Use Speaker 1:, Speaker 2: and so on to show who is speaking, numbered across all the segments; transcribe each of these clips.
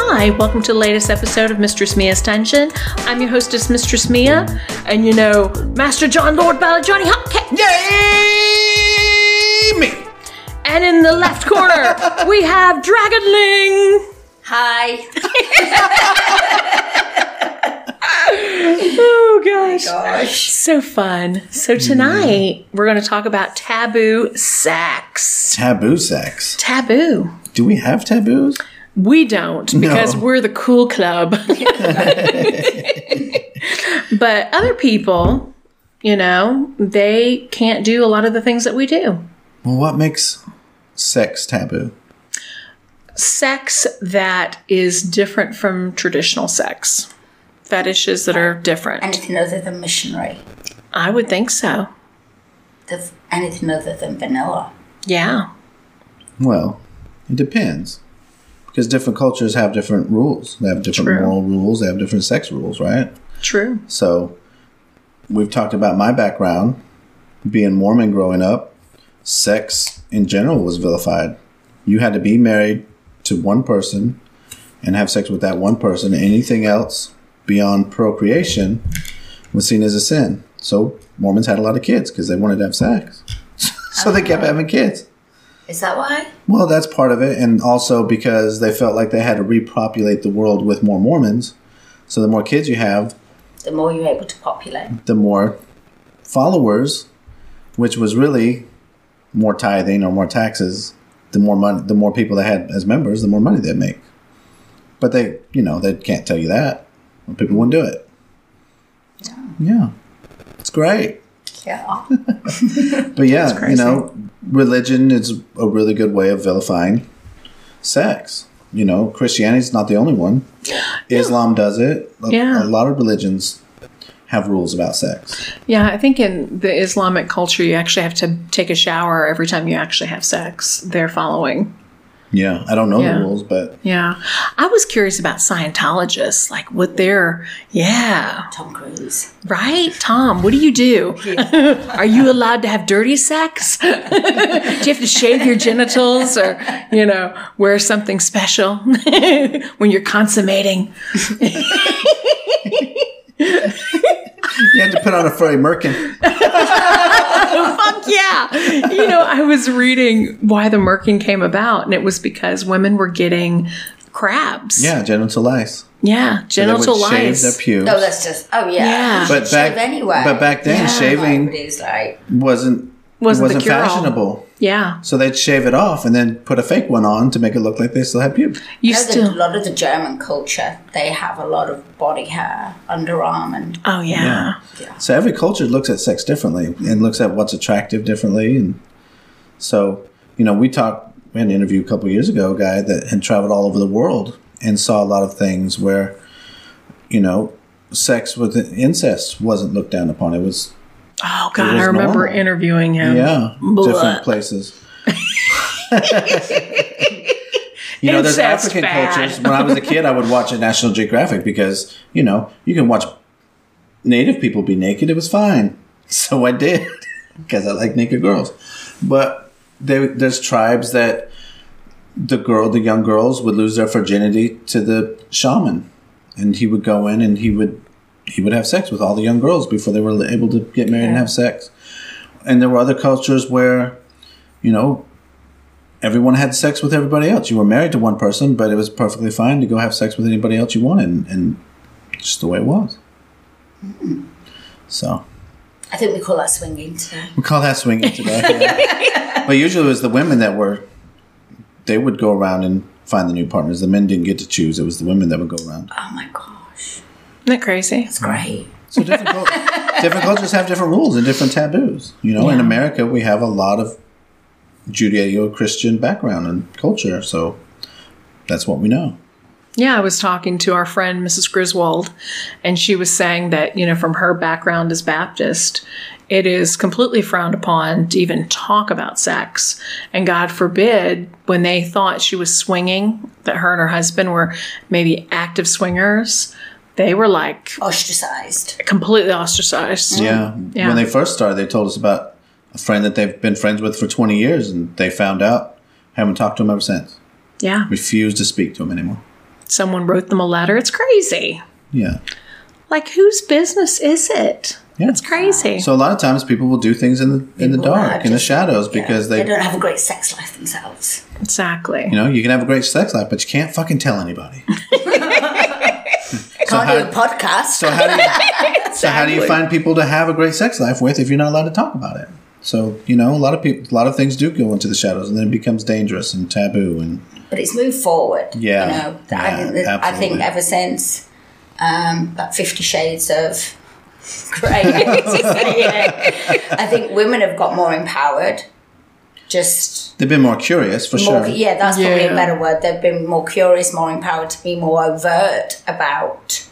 Speaker 1: Hi, welcome to the latest episode of Mistress Mia's Tension. I'm your hostess, Mistress Mia, and you know, Master John Lord Ballad Johnny Hopkins.
Speaker 2: Yay! Me!
Speaker 1: And in the left corner, we have Dragonling.
Speaker 3: Hi.
Speaker 1: Oh gosh.
Speaker 3: Gosh.
Speaker 1: So fun. So tonight, we're going to talk about taboo sex.
Speaker 2: Taboo sex.
Speaker 1: Taboo.
Speaker 2: Do we have taboos?
Speaker 1: We don't because
Speaker 2: No.
Speaker 1: we're the cool club. but other people, you know, they can't do a lot of the things that we do.
Speaker 2: Well, what makes sex taboo?
Speaker 1: Sex that is different from traditional sex, fetishes that are different.
Speaker 3: Anything other than missionary.
Speaker 1: I would think so.
Speaker 3: The, anything other than vanilla.
Speaker 1: Yeah.
Speaker 2: Well, it depends. Because different cultures have different rules. They have different
Speaker 1: True.
Speaker 2: moral rules. They have different sex rules, right?
Speaker 1: True.
Speaker 2: So, we've talked about my background. Being Mormon growing up, sex in general was vilified. You had to be married to one person and have sex with that one person. Anything else beyond procreation was seen as a sin. So, Mormons had a lot of kids because they wanted to have sex. so, they kept having kids.
Speaker 3: Is that why?
Speaker 2: Well, that's part of it, and also because they felt like they had to repopulate the world with more Mormons. So the more kids you have,
Speaker 3: The more you're able to populate.
Speaker 2: the more followers, which was really more tithing or more taxes. The more money, the more people they had as members, the more money they make. But they, you know, they can't tell you that. People wouldn't do it. Yeah, it's great.
Speaker 3: Yeah.
Speaker 2: But yeah, you know, religion is a really good way of vilifying sex. You know, Christianity's not the only one. Islam does it. A,
Speaker 1: Yeah.
Speaker 2: a lot of religions have rules about sex.
Speaker 1: Yeah, I think in the Islamic culture, you actually have to take a shower every time you actually have sex. They're following.
Speaker 2: Yeah, I don't know
Speaker 1: Yeah.
Speaker 2: the rules, but
Speaker 1: Yeah. I was curious about Scientologists, like what their, yeah,
Speaker 3: Tom Cruise.
Speaker 1: right? Tom, what do you do? Are you allowed to have dirty sex? do you have to shave your genitals or, you know, wear something special when you're consummating?
Speaker 2: you have to put on a furry merkin.
Speaker 1: Fuck yeah. You know, I was reading why the murking came about, and it was because women were getting crabs.
Speaker 2: Yeah, genital lice.
Speaker 1: Yeah.
Speaker 2: They would
Speaker 1: Genital
Speaker 2: shave their
Speaker 1: lice.
Speaker 2: pubes.
Speaker 3: No, that's just. Oh, yeah.
Speaker 1: Yeah.
Speaker 3: You should
Speaker 2: but back
Speaker 3: shave anyway.
Speaker 2: but back then
Speaker 1: Yeah.
Speaker 3: Like,
Speaker 2: shaving
Speaker 3: it was like,
Speaker 2: wasn't
Speaker 1: Wasn't
Speaker 2: wasn't,
Speaker 1: the cure-all.
Speaker 2: fashionable.
Speaker 1: Yeah.
Speaker 2: So they'd shave it off and then put a fake one on to make it look like they still had pubes.
Speaker 1: You
Speaker 3: you know,
Speaker 1: still.
Speaker 3: the, a lot of the German culture, they have a lot of body hair, underarm, and
Speaker 1: oh, yeah.
Speaker 2: So every culture looks at sex differently and looks at what's attractive differently. And so, you know, we talked, we had an interview a couple years ago, a guy that had traveled all over the world and saw a lot of things where, you know, sex with incest wasn't looked down upon. It was,
Speaker 1: Oh God,
Speaker 2: was
Speaker 1: I remember
Speaker 2: normal.
Speaker 1: interviewing him.
Speaker 2: yeah,
Speaker 1: Blah.
Speaker 2: different places. You know, there's
Speaker 1: Incest's
Speaker 2: African
Speaker 1: bad.
Speaker 2: cultures. When I was a kid, I would watch a National Geographic because, you know, you can watch native people be naked. It was fine. So I did because I like naked girls. But they, there's tribes that the girl, the young girls would lose their virginity to the shaman. And he would go in and he would he would have sex with all the young girls before they were able to get married and have sex. And there were other cultures where, you know, everyone had sex with everybody else. You were married to one person, but it was perfectly fine to go have sex with anybody else you wanted, and, and just the way it was. So
Speaker 3: I think we call that swinging today.
Speaker 2: we call that swinging today. yeah. but usually it was the women that were, they would go around and find the new partners. The men didn't get to choose. It was the women that would go around.
Speaker 3: Oh my gosh.
Speaker 1: Isn't that crazy?
Speaker 2: Mm.
Speaker 3: It's great.
Speaker 2: So different, cul- different cultures have different rules and different taboos. You know, in
Speaker 1: Yeah.
Speaker 2: America, we have a lot of Judeo-Christian background and culture, so that's what we know.
Speaker 1: Yeah, I was talking to our friend Mrs. Griswold, and she was saying that you know from her background as Baptist, it is completely frowned upon to even talk about sex, and God forbid when they thought she was swinging that her and her husband were maybe active swingers. They were like
Speaker 3: ostracized.
Speaker 1: completely ostracized.
Speaker 2: Yeah.
Speaker 1: Yeah.
Speaker 2: When they first started, they told us about a friend that they've been friends with for 20 years, and they found out, haven't talked to him ever since.
Speaker 1: Yeah.
Speaker 2: Refused to speak to him anymore.
Speaker 1: Someone wrote them a letter. It's crazy.
Speaker 2: Yeah.
Speaker 1: Like whose business is it?
Speaker 2: Yeah.
Speaker 1: It's crazy.
Speaker 2: So a lot of times people will do things in the in the
Speaker 3: People are
Speaker 2: dark, in the
Speaker 3: just-
Speaker 2: shadows,
Speaker 3: Yeah.
Speaker 2: because
Speaker 3: they
Speaker 2: they,
Speaker 3: don't have a great sex life themselves.
Speaker 1: exactly.
Speaker 2: you know, you can have a great sex life, but you can't fucking tell anybody. so,
Speaker 3: Can't do
Speaker 2: how,
Speaker 3: a podcast.
Speaker 2: so how do you so how do you find people to have a great sex life with if you're not allowed to talk about it? So you know, a lot of people, a lot of things do go into the shadows, and then it becomes dangerous and taboo. And
Speaker 3: but it's moved forward.
Speaker 2: Yeah.
Speaker 3: you know, Th- I,
Speaker 2: Yeah,
Speaker 3: think that, I think
Speaker 2: absolutely.
Speaker 3: ever since um, that Fifty Shades of Grey, yeah, I think women have got more empowered. Just
Speaker 2: they've been more curious for sure.
Speaker 3: more, yeah, that's probably
Speaker 1: Yeah.
Speaker 3: a better word. They've been more curious, more empowered to be more overt about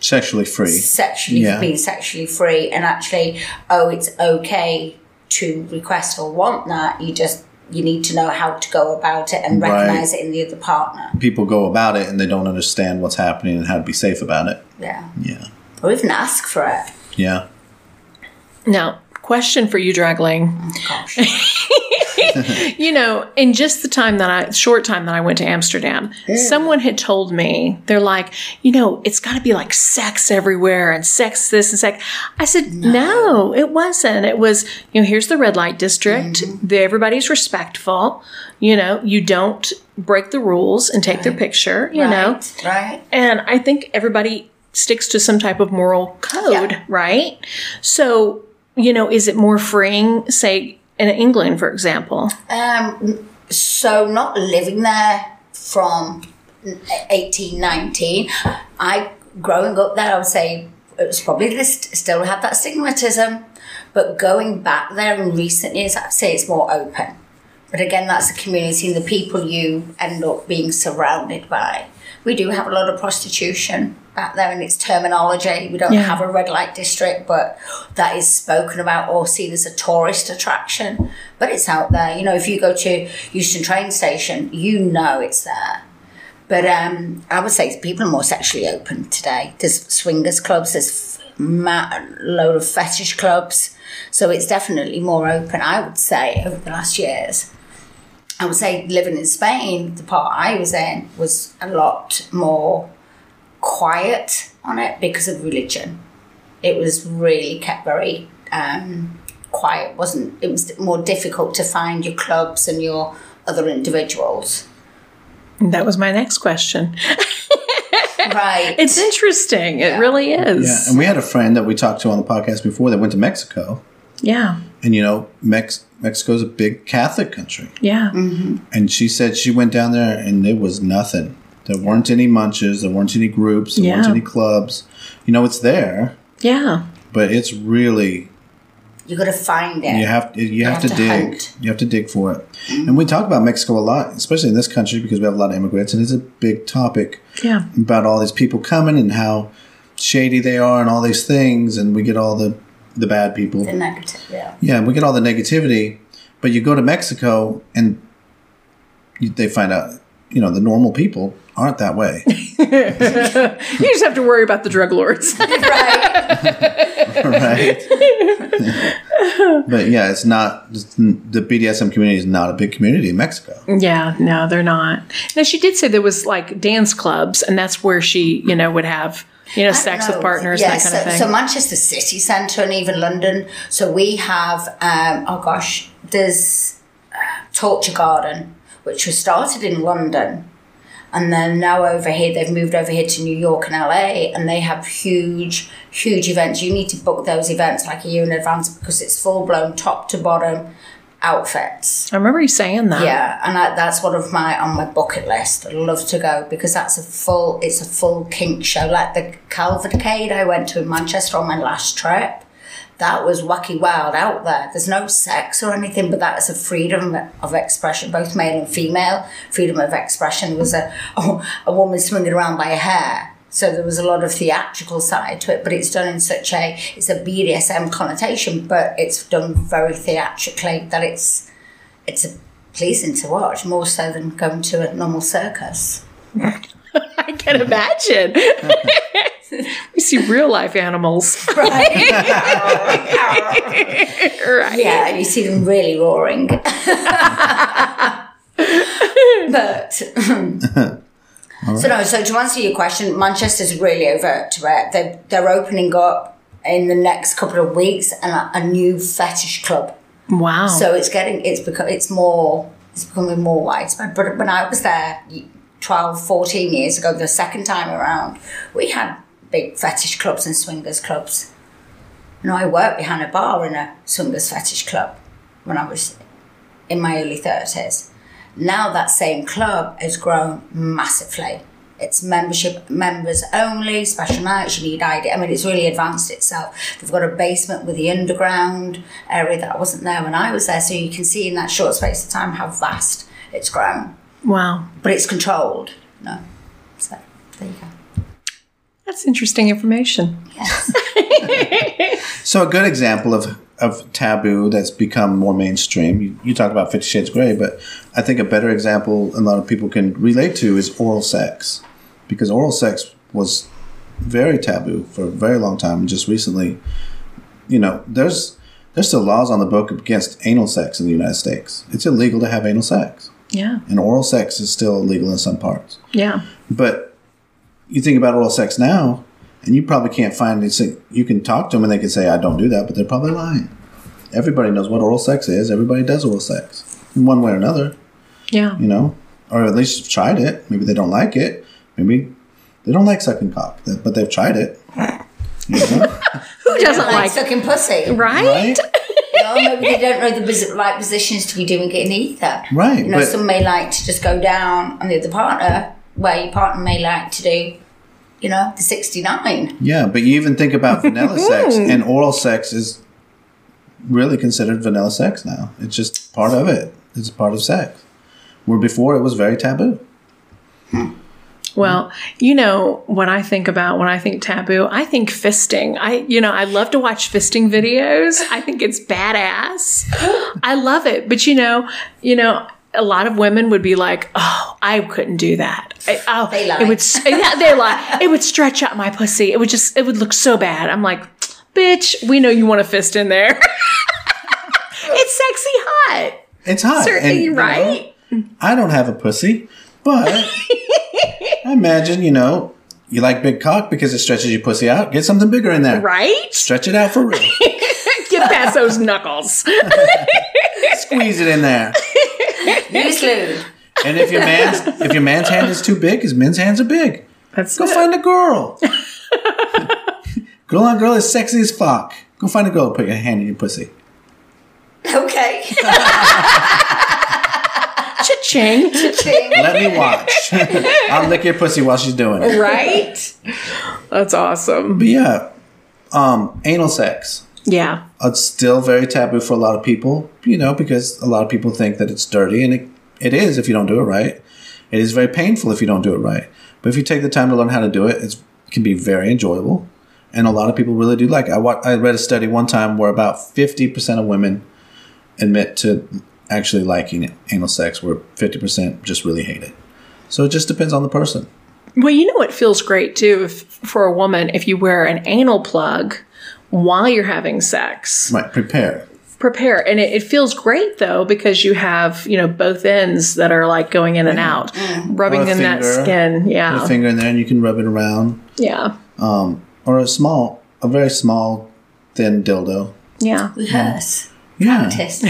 Speaker 2: Sexually free.
Speaker 3: sexually
Speaker 2: Yeah.
Speaker 3: being sexually free and actually oh it's okay to request or want that you just you need to know how to go about it and
Speaker 2: Right.
Speaker 3: recognize it in the other partner
Speaker 2: People go about it and they don't understand what's happening and how to be safe about it.
Speaker 3: yeah
Speaker 2: Yeah.
Speaker 3: or even ask for it
Speaker 2: Yeah.
Speaker 1: Now, question for you, Dragling.
Speaker 3: Oh gosh
Speaker 1: You know, in just the time that I, short time that I went to Amsterdam, someone had told me, they're like, you know, it's got to be like sex everywhere and sex this and sex. I said, no. it wasn't. It was, you know, here's the red light district. The- everybody's respectful. You know, you don't break the rules and take their picture, you know.
Speaker 3: right, right
Speaker 1: And I think everybody sticks to some type of moral code,
Speaker 3: Yeah.
Speaker 1: right? So, you know, is it more freeing, say, in England, for example?
Speaker 3: um so not living there from 18 19 i growing up there i would say it was probably this still had that stigmatism but going back there in recent years i'd say it's more open but again that's the community and the people you end up being surrounded by we do have a lot of prostitution back there and it's terminology we don't
Speaker 1: Yeah.
Speaker 3: have a red light district but that is spoken about or seen as a tourist attraction but it's out there you know if you go to houston train station you know it's there but um, I would say people are more sexually open today. There's swingers clubs, there's f- ma- load of fetish clubs. So it's definitely more open, I would say, over the last years. I would say living in Spain, the part I was in was a lot more quiet on it because of religion. It was really kept very um, quiet, wasn't it? was more difficult to find your clubs and your other individuals.
Speaker 1: That was my next question.
Speaker 3: Right.
Speaker 1: It's interesting. It really
Speaker 2: Yeah.
Speaker 1: is.
Speaker 2: And we had a friend that we talked to on the podcast before that went to Mexico.
Speaker 1: Yeah.
Speaker 2: And you know, Mex- Mexico's a big Catholic country.
Speaker 1: Yeah.
Speaker 2: And she said she went down there and there was nothing. There weren't any munches, there weren't any groups, there weren't
Speaker 1: Yeah.
Speaker 2: any clubs. You know, it's there,
Speaker 1: Yeah.
Speaker 2: but it's really
Speaker 3: you got to find it.
Speaker 2: you have you, have,
Speaker 3: have
Speaker 2: to,
Speaker 3: to
Speaker 2: dig.
Speaker 3: hunt.
Speaker 2: You have to dig for it. And we talk about Mexico a lot, especially in this country because we have a lot of immigrants and it's a big topic
Speaker 1: Yeah.
Speaker 2: about all these people coming and how shady they are and all these things and we get all the the bad people.
Speaker 3: The negative, yeah.
Speaker 2: Yeah, we get all the negativity, but you go to Mexico and you, they find out, you know, the normal people aren't that way.
Speaker 1: You just have to worry about the drug lords.
Speaker 3: right.
Speaker 2: right? but yeah, it's not it's- the BDSM community is not a big community in Mexico.
Speaker 1: yeah. No, they're not. Now, she did say there was like dance clubs, and that's where she, you know, would have, you know, sex with
Speaker 3: No,
Speaker 1: partners,
Speaker 3: yeah,
Speaker 1: that kind
Speaker 3: so,
Speaker 1: of thing.
Speaker 3: So Manchester City Centre and even London. So we have, um, oh gosh, there's uh, Torture Garden, which was started in London. And then now over here, they've moved over here to New York and LA, and they have huge, huge events. You need to book those events like a year in advance because it's full blown top to bottom outfits.
Speaker 1: I remember you saying that.
Speaker 3: Yeah, and I, that's one of my on my bucket list. I'd love to go because that's a full. It's a full kink show, like the Calvacade I went to in Manchester on my last trip. That was wacky wild out there. There's no sex or anything, but that is a freedom of expression, both male and female. Freedom of expression was a oh, a woman swinging around by her hair. So there was a lot of theatrical side to it, but it's done in such a it's a BDSM connotation, but it's done very theatrically that it's it's a pleasing to watch more so than going to a normal circus.
Speaker 1: I can imagine. We see real life animals.
Speaker 3: Right.
Speaker 1: right.
Speaker 3: yeah, and you see them really roaring. but so no. So to answer your question, Manchester's really overt to it. They they're opening up in the next couple of weeks and a, a new fetish club.
Speaker 1: Wow. So,
Speaker 3: So it's getting it's become it's more it's becoming more widespread. But when I was there 12, 14 years ago, the second time around, we had big fetish clubs and swingers clubs. And I worked behind a bar in a swingers fetish club when I was in my early thirties. Now that same club has grown massively. It's membership members only, special nights, you need ID. I mean, it's really advanced itself. They've got a basement with the underground area that wasn't there when I was there, so you can see in that short space of time how vast it's grown.
Speaker 1: wow.
Speaker 3: But it's controlled, you know. So there you go.
Speaker 1: That's interesting information.
Speaker 3: Yes.
Speaker 2: So a good example of of taboo that's become more mainstream. You, you talk about Fifty Shades Grey, but I think a better example a lot of people can relate to is oral sex, because oral sex was very taboo for a very long time. And just recently, you know, there's there's still laws on the book against anal sex in the United States. It's illegal to have anal sex,
Speaker 1: Yeah.
Speaker 2: and oral sex is still illegal in some parts.
Speaker 1: Yeah.
Speaker 2: But you think about oral sex now, and you probably can't find it. You can talk to them, and they can say, "I don't do that," but they're probably lying. Everybody knows what oral sex is. Everybody does oral sex in one way or another,
Speaker 1: Yeah.
Speaker 2: you know, or at least tried it. Maybe they don't like it. Maybe they don't like sucking cock, but they've tried it. You know?
Speaker 1: Who doesn't
Speaker 3: like
Speaker 1: like,
Speaker 3: sucking pussy.
Speaker 1: right?
Speaker 2: right?
Speaker 3: Well, maybe they don't know the bus- right positions to be doing it in either.
Speaker 2: Right,
Speaker 3: You know,
Speaker 2: but-
Speaker 3: some may like to just go down on the other partner, where your partner may like to do, you know, the 69.
Speaker 2: Yeah, but you even think about vanilla sex, and oral sex is really considered vanilla sex now. It's just part of it. It's part of sex. Where before it was very taboo.
Speaker 1: Well, you know what I think about when I think taboo, I think fisting. I you know, I love to watch fisting videos. I think it's badass. I love it. But you know, you know, a lot of women would be like, "Oh, I couldn't do that." I, oh,
Speaker 3: They lie.
Speaker 1: It would s- yeah, they lie. It would stretch out my pussy. It would just it would look so bad. I'm like, "Bitch, we know you want a fist in there." it's sexy hot.
Speaker 2: It's hot. and,
Speaker 1: Certainly
Speaker 2: you know,
Speaker 1: right.
Speaker 2: I don't have a pussy, but I imagine, you know, you like big cock because it stretches your pussy out. Get something bigger in there.
Speaker 1: Right?
Speaker 2: Stretch it out for real.
Speaker 1: Get past those knuckles.
Speaker 2: Squeeze it in there.
Speaker 3: Use lube.
Speaker 2: And if your man's if your man's hand is too big, his men's hands are big.
Speaker 1: That's
Speaker 2: Go
Speaker 1: it.
Speaker 2: find a girl. girl on girl is sexy as fuck. Go find a girl. Put your hand in your pussy.
Speaker 3: Okay.
Speaker 1: Cha-ching.
Speaker 2: Let me watch. I'll lick your pussy while she's doing it.
Speaker 1: right? That's awesome.
Speaker 2: But yeah, um, anal sex.
Speaker 1: Yeah.
Speaker 2: It's still very taboo for a lot of people, you know, because a lot of people think that it's dirty, and it, it is if you don't do it right. It is very painful if you don't do it right. But if you take the time to learn how to do it, it's, it can be very enjoyable. And a lot of people really do like it. I, wa- I read a study one time where about 50% of women admit to actually liking anal sex, where 50% just really hate it. So it just depends on the person.
Speaker 1: Well, you know what feels great too if, for a woman if you wear an anal plug while you're having sex.
Speaker 2: Right, prepare.
Speaker 1: Prepare. And it, it feels great though because you have, you know, both ends that are like going in and out, rubbing
Speaker 2: Or a
Speaker 1: in that
Speaker 2: finger.
Speaker 1: skin.
Speaker 2: Put a
Speaker 1: Yeah.
Speaker 2: finger in there and you can rub it around.
Speaker 1: Yeah.
Speaker 2: or a small, a very small, thin dildo.
Speaker 1: Yeah.
Speaker 3: Rehearse.
Speaker 2: Yeah,
Speaker 3: Test.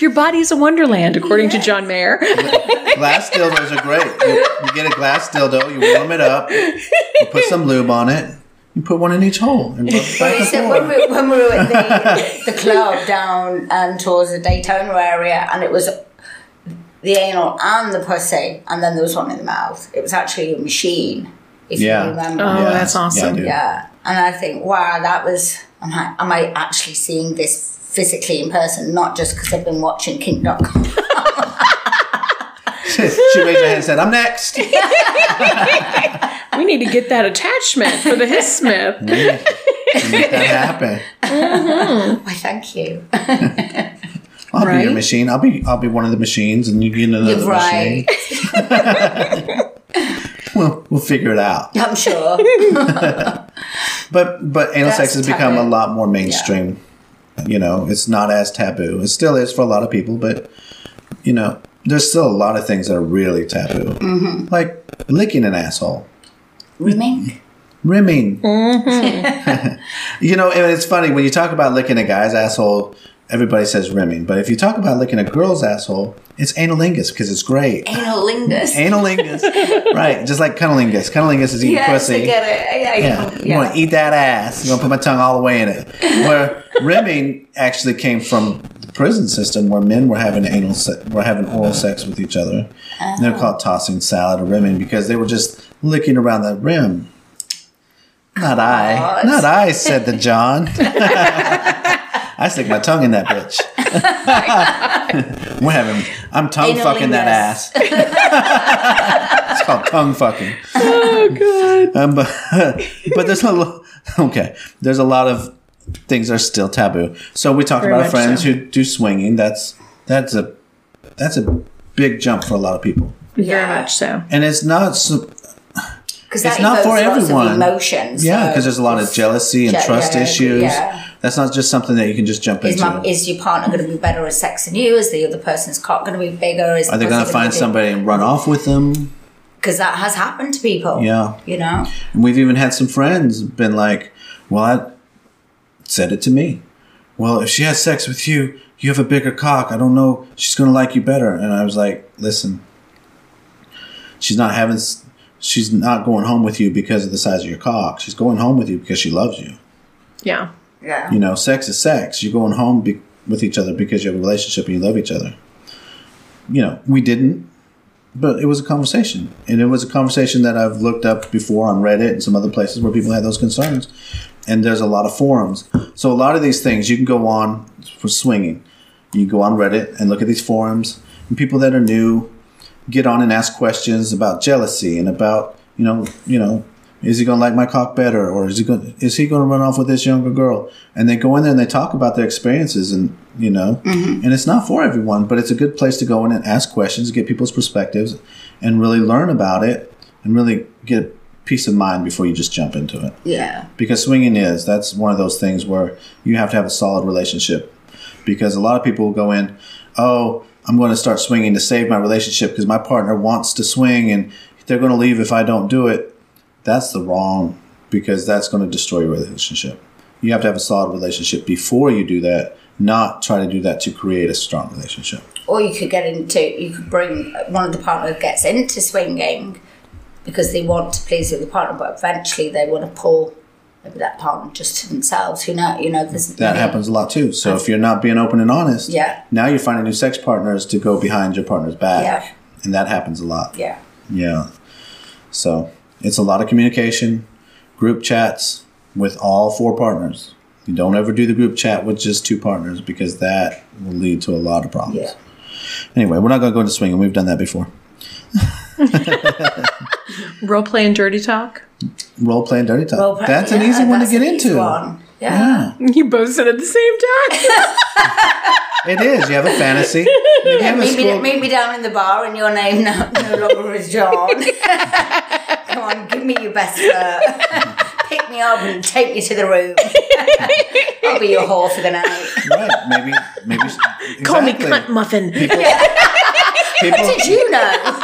Speaker 1: Your body's a wonderland, according to John Mayer.
Speaker 2: glass dildos are great. You, you get a glass dildo, you warm it up, you put some lube on it, you put one in each hole, and rub it back and
Speaker 3: So when
Speaker 2: forth.
Speaker 3: we, when we were at the, the club down and towards the Daytona area, and it was the anal and the pussy, and then there was one in the mouth. It was actually a machine, if
Speaker 2: Yeah.
Speaker 3: you remember.
Speaker 1: Oh,
Speaker 2: Yeah,
Speaker 1: that's
Speaker 2: yeah, I
Speaker 1: awesome.
Speaker 2: do.
Speaker 3: Yeah, and I think, wow, that was. Am I, am I actually seeing this physically in person, not just because I've been watching King.com?
Speaker 2: she raised her hand and said, "I'm next."
Speaker 1: we need to get that attachment for the Hiss Smith.
Speaker 2: Make that happen.
Speaker 3: Why, thank you.
Speaker 2: I'll be your
Speaker 1: Right.
Speaker 2: machine. I'll be I'll be one of the machines, and you get another
Speaker 3: Right.
Speaker 2: machine. we'll, we'll figure it out.
Speaker 3: I'm sure.
Speaker 2: But but anal
Speaker 3: That's
Speaker 2: sex has become a
Speaker 3: taboo.
Speaker 2: lot more mainstream. You know, it's not as taboo. It still is for a lot of people, but you know, there's still a lot of things that are really taboo, mm-hmm. like licking an asshole,
Speaker 3: Rimming.
Speaker 2: rimming. you know, and it's funny when you talk about licking a guy's asshole. Everybody says rimming, but if you talk about licking a girl's asshole, it's analingus because it's great.
Speaker 3: Analingus.
Speaker 2: analingus, right? Just like cunnilingus. Cunnilingus is eating
Speaker 3: Yes,
Speaker 2: pussy.
Speaker 3: I get it. I, I,
Speaker 2: Yeah.
Speaker 3: yeah.
Speaker 2: I'm going to eat that ass. I'm going to put my tongue all the way in it. Where rimming actually came from the prison system where men were having anal se- were having oral
Speaker 3: Uh-huh.
Speaker 2: sex with each other. And They're called tossing salad or rimming because they were just licking around the rim. Not I.
Speaker 3: God.
Speaker 2: Not I, said the John. I stick my tongue in that bitch. We're having, I'm tongue
Speaker 3: Oh Anal
Speaker 2: fucking that ass.
Speaker 3: lingus.
Speaker 2: it's called tongue fucking.
Speaker 1: Oh,
Speaker 2: Um, but but there's a lo- okay. There's a lot of things that are still taboo. So we talked
Speaker 1: Very
Speaker 2: about our
Speaker 1: much
Speaker 2: friends
Speaker 1: so.
Speaker 2: who do swinging. That's that's a that's a big jump for a lot of people,
Speaker 1: Very
Speaker 3: Yeah.
Speaker 1: much so.
Speaker 2: and it's not so,
Speaker 3: Because that
Speaker 2: It's not for
Speaker 3: evokes lots
Speaker 2: everyone.
Speaker 3: Of emotions.
Speaker 2: yeah because there's a lot of jealousy and
Speaker 3: Yeah,
Speaker 2: trust
Speaker 3: yeah,
Speaker 2: issues.
Speaker 3: yeah.
Speaker 2: That's not just something that you can just jump
Speaker 3: Is,
Speaker 2: into.
Speaker 3: my, is your partner going to be better at sex than you? Is the other person's cock going to be bigger? Is
Speaker 2: are they going to find somebody and run off with them?
Speaker 3: Because that has happened to people.
Speaker 2: Yeah.
Speaker 3: You know?
Speaker 2: And we've even had some friends been like, well, I said it to me. Well, if she has sex with you, you have a bigger cock. I don't know. She's going to like you better. And I was like, listen, she's not having, s- she's not going home with you because of the size of your cock. She's going home with you because she loves you.
Speaker 1: Yeah.
Speaker 3: Yeah.
Speaker 2: You know, sex is sex. You're going home be- with each other because you have a relationship and you love each other. You know, we didn't, but it was a conversation. And it was a conversation that I've looked up before on Reddit and some other places where people had those concerns. And there's a lot of forums. So a lot of these things you can go on for swinging. You go on Reddit and look at these forums, and people that are new get on and ask questions about jealousy and about you know you know is he going to like my cock better or is he going is he going to run off with this younger girl and they go in there and they talk about their experiences and you know and it's not for everyone but it's a good place to go in and ask questions get people's perspectives and really learn about it and really get peace of mind before you just jump into it
Speaker 3: Yeah.
Speaker 2: because swinging is that's one of those things where you have to have a solid relationship because a lot of people go in oh i'm going to start swinging to save my relationship because my partner wants to swing and they're going to leave if i don't do it that's the wrong because that's going to destroy your relationship you have to have a solid relationship before you do that not try to do that to create a strong relationship
Speaker 3: Or you could get into, you could bring one of the partners gets into swinging because they want to please the other partner, but eventually they want to pull maybe that partner just to themselves. Who know? You know, there's
Speaker 2: that happens a lot too so if you're not being open and honest
Speaker 3: Yeah.
Speaker 2: now you're finding new sex partners to go behind your partner's back
Speaker 3: Yeah.
Speaker 2: and that happens a lot
Speaker 3: Yeah.
Speaker 2: Yeah. So it's a lot of communication, group chats with all four partners. You don't ever do the group chat with just two partners because that will lead to a lot of problems.
Speaker 3: Yeah.
Speaker 2: Anyway, we're not going to go into swinging. We've done that before.
Speaker 1: Role play and dirty talk.
Speaker 2: Role play and dirty talk.
Speaker 3: Well,
Speaker 2: that's an
Speaker 3: yeah,
Speaker 2: easy one to
Speaker 3: that's
Speaker 2: get
Speaker 3: an easy
Speaker 2: into.
Speaker 3: one. yeah.
Speaker 2: Yeah,
Speaker 1: You both said at the same time.
Speaker 2: it is. You have a fantasy. You have a
Speaker 3: Meet me,
Speaker 2: school-
Speaker 3: meet me down in the bar and your name no, no longer is John. Come on, give me your best flirt. Pick me up and take me to the room. I'll be your whore for the night.
Speaker 2: Right? Maybe, maybe.
Speaker 1: Call me
Speaker 2: exactly.
Speaker 1: cunt muffin.
Speaker 2: People, people,
Speaker 3: Did you know?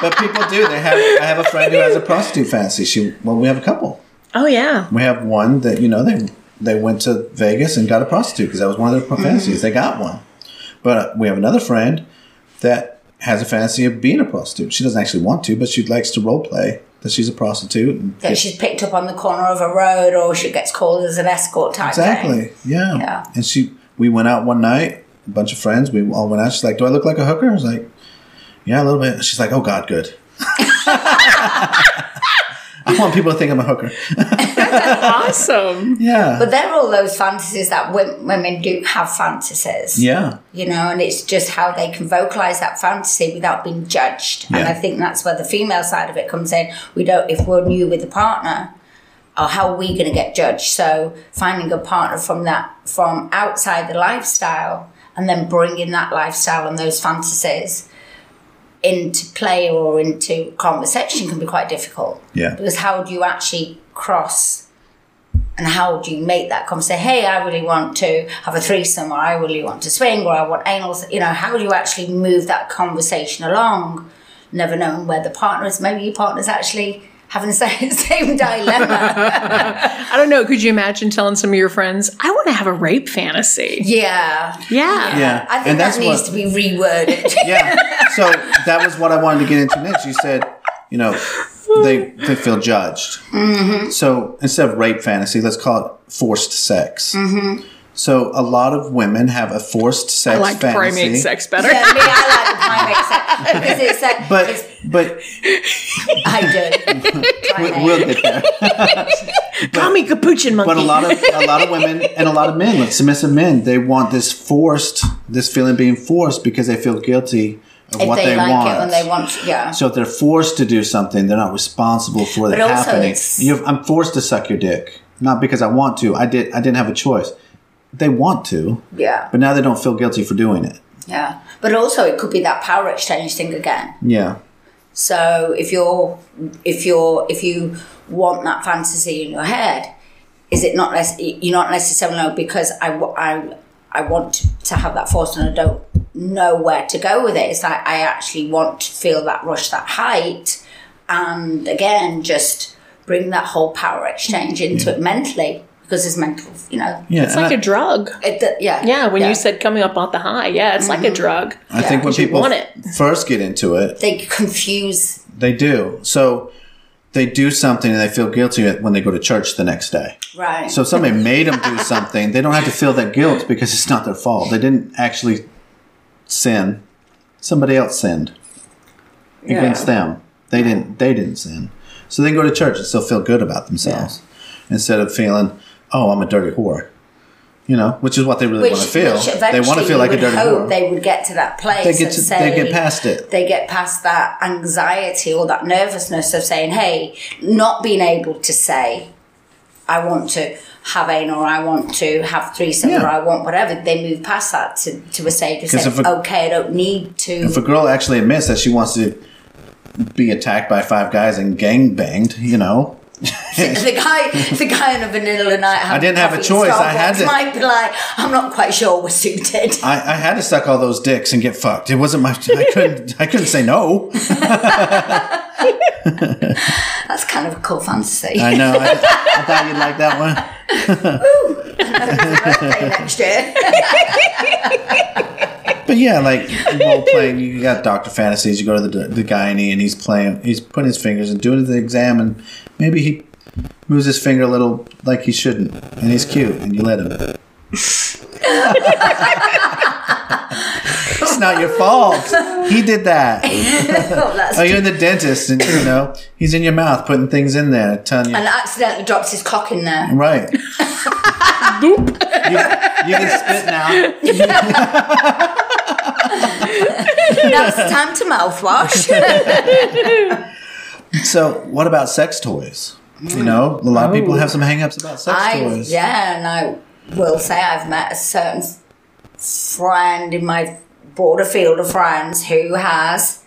Speaker 2: but people do. They have. I have a friend who has a prostitute fantasy. She. Well, we have a couple.
Speaker 1: Oh yeah.
Speaker 2: We have one that you know they they went to Vegas and got a prostitute because that was one of
Speaker 3: Mm-hmm.
Speaker 2: their fantasies. They got one, but uh, we have another friend that has a fantasy of being a prostitute. She doesn't actually want to, but she likes to role play that she's a prostitute. And
Speaker 3: That she's picked up on the corner of a road or she gets called as an escort type thing.
Speaker 2: exactly, yeah.
Speaker 3: Yeah.
Speaker 2: And she, we went out one night, a bunch of friends. We all went out. She's like, "Do I look like a hooker?" I was like, "Yeah, a little bit." She's like, "Oh God, good." I want people to think I'm a hooker.
Speaker 1: Awesome.
Speaker 2: Yeah.
Speaker 3: But they're all those fantasies that wo- women do have fantasies.
Speaker 2: yeah.
Speaker 3: you know, and it's just how they can vocalize that fantasy without being judged. And
Speaker 2: Yeah.
Speaker 3: I think that's where the female side of it comes in. We don't, if we're new with a partner, or how are we going to get judged? So finding a partner from that, from outside the lifestyle, and then bringing that lifestyle and those fantasies into play or into conversation can be quite difficult.
Speaker 2: Yeah.
Speaker 3: Because how do you actually cross and how do you make that conversation? Hey, I really want to have a threesome, or I really want to swing, or I want anal. You know, how do you actually move that conversation along? Never knowing where the partner is. Maybe your partner's actually having the same, same dilemma.
Speaker 1: I don't know. Could you imagine telling some of your friends, I want to have a rape fantasy?
Speaker 3: yeah.
Speaker 1: Yeah.
Speaker 2: Yeah.
Speaker 3: I think
Speaker 2: And
Speaker 3: that
Speaker 2: that's
Speaker 3: needs
Speaker 2: what-
Speaker 3: to be reworded.
Speaker 2: yeah. So that was what I wanted to get into next. You said, you know, they they feel judged.
Speaker 3: Mm-hmm.
Speaker 2: So instead of rape fantasy, let's call it forced sex.
Speaker 3: Mm-hmm.
Speaker 2: So a lot of women have a forced sex
Speaker 1: I like
Speaker 2: fantasy.
Speaker 1: primate sex better.
Speaker 3: Yeah, me, I like the primate sex because it's like
Speaker 2: But
Speaker 3: it's,
Speaker 2: but
Speaker 3: I do.
Speaker 2: we,
Speaker 3: Primate.
Speaker 2: we'll get there.
Speaker 1: Call me capuchin monkey.
Speaker 2: But a lot of a lot of women and a lot of men, like submissive men, they want this forced, this feeling being forced because they feel guilty of
Speaker 3: if
Speaker 2: what
Speaker 3: they,
Speaker 2: they,
Speaker 3: like
Speaker 2: want.
Speaker 3: it when they want, to, yeah.
Speaker 2: So if they're forced to do something, they're not responsible for it
Speaker 3: But also
Speaker 2: happening.
Speaker 3: it's-
Speaker 2: You have, I'm forced to suck your dick, not because I want to. I did. I didn't have a choice. They want to,
Speaker 3: yeah,
Speaker 2: but now they don't feel guilty for doing it.
Speaker 3: yeah. But also, it could be that power exchange thing again.
Speaker 2: Yeah,
Speaker 3: So if you're, if you're, if you want that fantasy in your head, is it not? nec- You're not necessarily no, because I, w- I, I want to have that force, and I don't know where to go with it. It's like I actually want to feel that rush, that height, and again, just bring that whole power exchange into it mentally because it's mental, you know.
Speaker 2: yeah.
Speaker 1: it's
Speaker 2: and
Speaker 1: like
Speaker 2: I-
Speaker 1: a drug.
Speaker 3: It, th- yeah.
Speaker 1: Yeah, when you said coming up off the high, yeah, it's like a drug.
Speaker 2: Mm-hmm. I think when
Speaker 1: you
Speaker 2: people
Speaker 1: want it.
Speaker 2: first get into it,
Speaker 3: they confuse
Speaker 2: they do. So they do something and they feel guilty when they go to church the next day.
Speaker 3: right.
Speaker 2: So if somebody made them do something, they don't have to feel that guilt because it's not their fault. They didn't actually sin. Somebody else sinned against them. They didn't. They didn't sin. So they can go to church and still feel good about themselves instead of feeling, oh, I'm a dirty whore. You know, which is what they really want to feel. They want to
Speaker 3: eventually
Speaker 2: feel like
Speaker 3: you
Speaker 2: a
Speaker 3: would
Speaker 2: dirty
Speaker 3: hope
Speaker 2: whore.
Speaker 3: They would get to that place.
Speaker 2: They get
Speaker 3: of
Speaker 2: to-
Speaker 3: saying,
Speaker 2: they get past it.
Speaker 3: They get past that anxiety or that nervousness of saying, "Hey, not being able to say, I want to have anal, or I want to have threesome,
Speaker 2: Yeah.
Speaker 3: or I want whatever." They move past that to, to a stage of
Speaker 2: 'Cause
Speaker 3: saying,
Speaker 2: if a-
Speaker 3: "Okay, I don't need to."
Speaker 2: if a girl actually admits that she wants to be attacked by five guys and gang banged, you know,
Speaker 3: the guy, the guy on a vanilla night.
Speaker 2: I didn't have a choice. I had to-
Speaker 3: Might be like, I'm not quite sure we're suited.
Speaker 2: I, I had to suck all those dicks and get fucked. It wasn't my. I couldn't. I couldn't say no.
Speaker 3: That's kind of a cool fantasy.
Speaker 2: I know. I, I thought you'd like that one.
Speaker 3: next year.
Speaker 2: But yeah, like role playing, you got doctor fantasies. You go to the the gynae and he's playing. He's putting his fingers and doing the exam, and maybe he moves his finger a little like he shouldn't, and he's cute, and you let him. it's not your fault. He did that.
Speaker 3: Oh, that's
Speaker 2: Oh, you're in the dentist, and you know he's in your mouth putting things in there, telling you
Speaker 3: and accidentally drops his cock in there.
Speaker 2: Right. you, you can spit now.
Speaker 3: Now it's time to mouthwash.
Speaker 2: So, what about sex toys? You know, a lot of people have some hangups about sex
Speaker 3: I
Speaker 2: toys.
Speaker 3: yeah, and I will say I've met a certain friend in my broader field of friends who has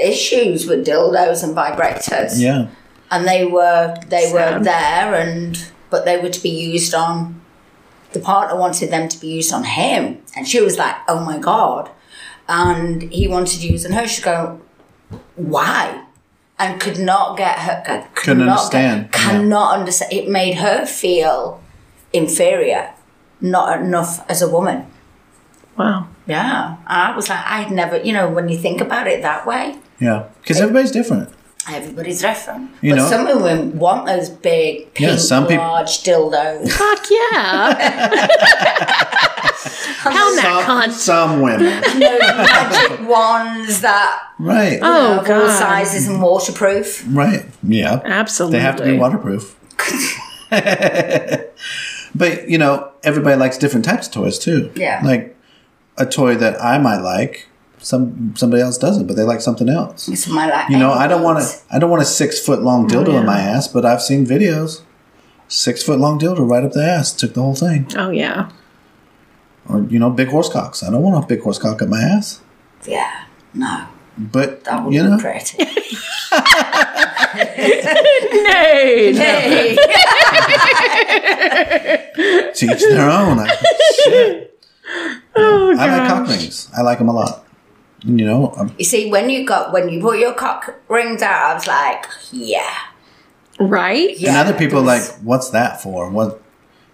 Speaker 3: issues with dildos and vibrators.
Speaker 2: Yeah.
Speaker 3: And they were they were
Speaker 1: Sad.
Speaker 3: there and but they were to be used on the partner wanted them to be used on him. And she was like, Oh my god. And he wanted to use on her. She'd go, Why? And could not get her could
Speaker 2: Couldn't
Speaker 3: not
Speaker 2: understand,
Speaker 3: Get,
Speaker 2: yeah.
Speaker 3: cannot understand it made her feel inferior, not enough as a woman.
Speaker 1: Wow.
Speaker 3: Yeah. And I was like, I'd never you know, when you think about it that way,
Speaker 2: Yeah. Because everybody's different.
Speaker 3: everybody's different.
Speaker 2: You
Speaker 3: but
Speaker 2: know-
Speaker 3: some women want those big pink
Speaker 2: Yeah, some peop-
Speaker 3: large dildos.
Speaker 1: Fuck yeah. Pound that
Speaker 2: Some,
Speaker 1: cunt.
Speaker 2: some women.
Speaker 3: Those magic wands that
Speaker 2: Right.
Speaker 1: Oh,
Speaker 3: of all
Speaker 1: God.
Speaker 3: sizes and waterproof.
Speaker 2: Right. Yeah.
Speaker 1: Absolutely.
Speaker 2: They have to be waterproof. but, you know, everybody likes different types of toys too.
Speaker 3: Yeah.
Speaker 2: Like a toy that I might like, some somebody else doesn't, but they like something else.
Speaker 3: It's my like
Speaker 2: You know, I don't want to. I don't want a six foot long dildo in my ass, but I've seen videos. Six foot long dildo right up the ass took the whole thing.
Speaker 1: Oh, yeah.
Speaker 2: Or you know, big horse cocks. I don't want a big horse cock up my ass.
Speaker 3: Yeah. No,
Speaker 2: But
Speaker 3: that would
Speaker 2: you
Speaker 3: be
Speaker 2: know,
Speaker 3: pretty.
Speaker 1: Nay.
Speaker 3: Hey.
Speaker 2: teach their own. I, shit.
Speaker 1: Oh,
Speaker 2: I like
Speaker 1: gosh.
Speaker 2: cock rings. I like them a lot. You know, um,
Speaker 3: you see, when you got when you put your cock rings out, I was like, yeah,
Speaker 1: Right?
Speaker 3: yeah.
Speaker 2: and other people are like,
Speaker 3: that's-
Speaker 2: what's that for? What?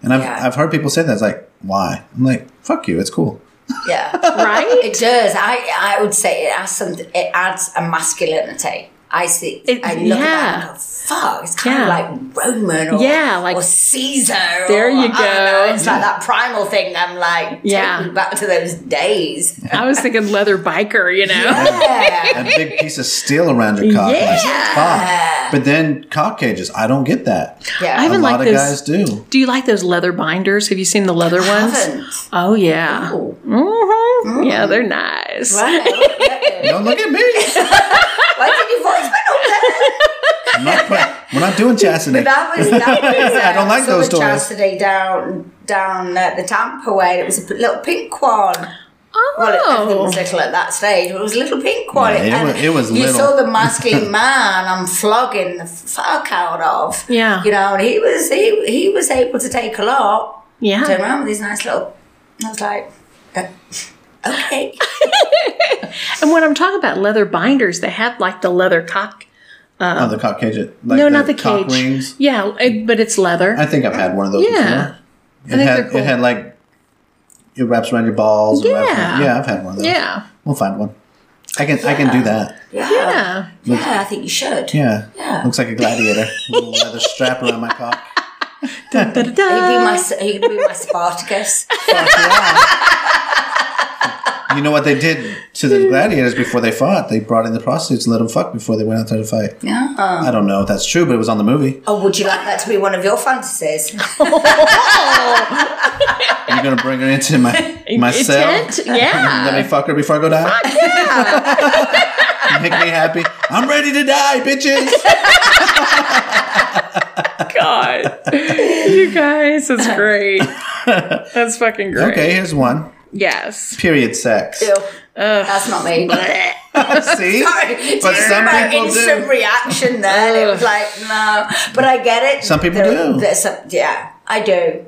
Speaker 2: And I've
Speaker 3: Yeah.
Speaker 2: I've heard people say that. It's like, why? I'm like, fuck you. It's cool.
Speaker 3: yeah.
Speaker 1: Right?
Speaker 3: It does. I I would say it adds something. It adds a masculinity. I see.
Speaker 1: It-
Speaker 3: I look
Speaker 1: yeah.
Speaker 3: at that. And go, Fuck, it's kind
Speaker 1: Yeah.
Speaker 3: of like Roman or
Speaker 1: Yeah, like-
Speaker 3: or Caesar. or-
Speaker 1: There you
Speaker 3: I don't know,
Speaker 1: go.
Speaker 3: It's like that primal thing. I'm like,
Speaker 1: Yeah.
Speaker 3: yeah, take me back to those days.
Speaker 1: I was thinking leather biker, you know?
Speaker 3: Yeah.
Speaker 2: A big piece of steel around your cock.
Speaker 1: Yeah.
Speaker 2: Like, fuck. But then cock cages. I don't get that.
Speaker 1: I
Speaker 3: yeah.
Speaker 2: A
Speaker 1: haven't
Speaker 2: lot
Speaker 1: liked
Speaker 2: of
Speaker 1: those-
Speaker 2: guys do.
Speaker 1: Do you like those leather binders? Have you seen the leather ones?
Speaker 3: haven't. Mm-hmm.
Speaker 1: Oh, yeah.
Speaker 3: Ooh.
Speaker 1: Mhm. Yeah, they're nice.
Speaker 3: Right. okay.
Speaker 2: Don't look at me.
Speaker 3: Why did your voice went up there?
Speaker 2: I'm not put- we're not doing chastity.
Speaker 3: That was that was. Uh,
Speaker 2: I don't like
Speaker 3: saw
Speaker 2: those
Speaker 3: a
Speaker 2: toys.
Speaker 3: Chastity down down at the Tampa way. and It was a p- little pink one.
Speaker 1: Oh.
Speaker 3: Well, it, I think it was little at that stage. It was a little pink one.
Speaker 2: Yeah, it
Speaker 3: and
Speaker 2: was- it was
Speaker 3: You
Speaker 2: little.
Speaker 3: saw the masking man. I'm flogging the fuck out of.
Speaker 1: Yeah.
Speaker 3: You know, and he was he he was able to take a lot. Turn
Speaker 1: yeah.
Speaker 3: around with his nice little. I was like, uh, okay.
Speaker 1: And when I'm talking about leather binders, they have like the leather cock.
Speaker 2: Oh, the cock cage. Like
Speaker 1: no, not the
Speaker 2: cock
Speaker 1: cage.
Speaker 2: rings.
Speaker 1: Yeah, it, but it's leather.
Speaker 2: I think I've had one of those
Speaker 1: Yeah.
Speaker 2: before. It
Speaker 1: think
Speaker 2: had
Speaker 1: they're cool.
Speaker 2: it had like it wraps around your balls. and wraps
Speaker 1: Yeah.
Speaker 2: around- yeah, I've had one of those.
Speaker 1: yeah.
Speaker 2: We'll find one. I can I can do that.
Speaker 3: Yeah. Uh,
Speaker 1: Yeah.
Speaker 3: Yeah, I think you should.
Speaker 2: Yeah.
Speaker 3: Yeah.
Speaker 2: Looks like a gladiator. Little leather strap around my cock.
Speaker 3: He'd be
Speaker 1: Da-da-da.
Speaker 3: my, he'd be my Spartacus.
Speaker 2: Fuck yeah. You know what they did to the gladiators before they fought? They brought in the prostitutes and let them fuck before they went out there to fight.
Speaker 3: Yeah.
Speaker 2: I don't know if that's true, but it was on the movie.
Speaker 3: Oh, would you like that to be one of your fantasies?
Speaker 2: You're gonna bring her into my my cell.
Speaker 1: Intent? Yeah.
Speaker 2: Let me fuck her before I go die. Make me happy. I'm ready to die, bitches.
Speaker 1: God. you guys, that's great. That's fucking great.
Speaker 2: Okay, here's one.
Speaker 1: Yes.
Speaker 2: Period sex.
Speaker 3: Ew. That's not me.
Speaker 2: See?
Speaker 3: Sorry,
Speaker 2: But
Speaker 3: but
Speaker 2: some
Speaker 3: my
Speaker 2: people
Speaker 3: instant
Speaker 2: do.
Speaker 3: reaction then. It was like, no. But I get it.
Speaker 2: Some people do.
Speaker 3: there's some, yeah, I do.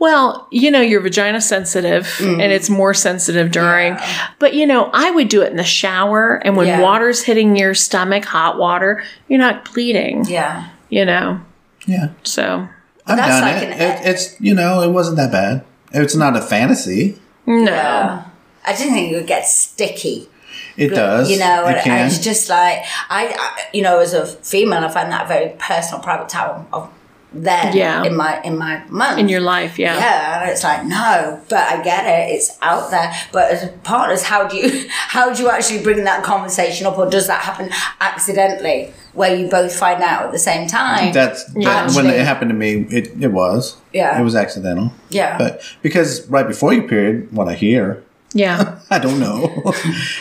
Speaker 1: Well, you know, your vagina's sensitive
Speaker 3: Mm.
Speaker 1: and it's more sensitive during, but you know, I would do it in the shower and when
Speaker 3: Yeah.
Speaker 1: water's hitting your stomach, hot water, you're not bleeding,
Speaker 3: Yeah.
Speaker 1: you know?
Speaker 2: Yeah.
Speaker 1: So,
Speaker 2: I've
Speaker 3: That's
Speaker 2: done
Speaker 3: like
Speaker 2: it.
Speaker 3: an-
Speaker 2: it. It's you know, it wasn't that bad. It's not a fantasy.
Speaker 1: no.
Speaker 3: Yeah. I didn't think it would get sticky.
Speaker 2: It does.
Speaker 3: You know,
Speaker 2: it
Speaker 3: and
Speaker 2: can.
Speaker 3: it's just like, I, I, you know, as a female, I find that very personal, private time of then
Speaker 1: Yeah.
Speaker 3: in my in my month.
Speaker 1: In your life, yeah.
Speaker 3: yeah and it's like no but i get it it's out there but as partners how do you how do you actually bring that conversation up or does that happen accidentally where you both find out at the same time
Speaker 2: That's
Speaker 1: Yeah.
Speaker 2: when
Speaker 3: Actually-
Speaker 2: it happened to me. It it was.
Speaker 3: Yeah.
Speaker 2: It was accidental.
Speaker 3: Yeah.
Speaker 2: But because right before your period, what I hear,
Speaker 1: Yeah.
Speaker 2: I don't know,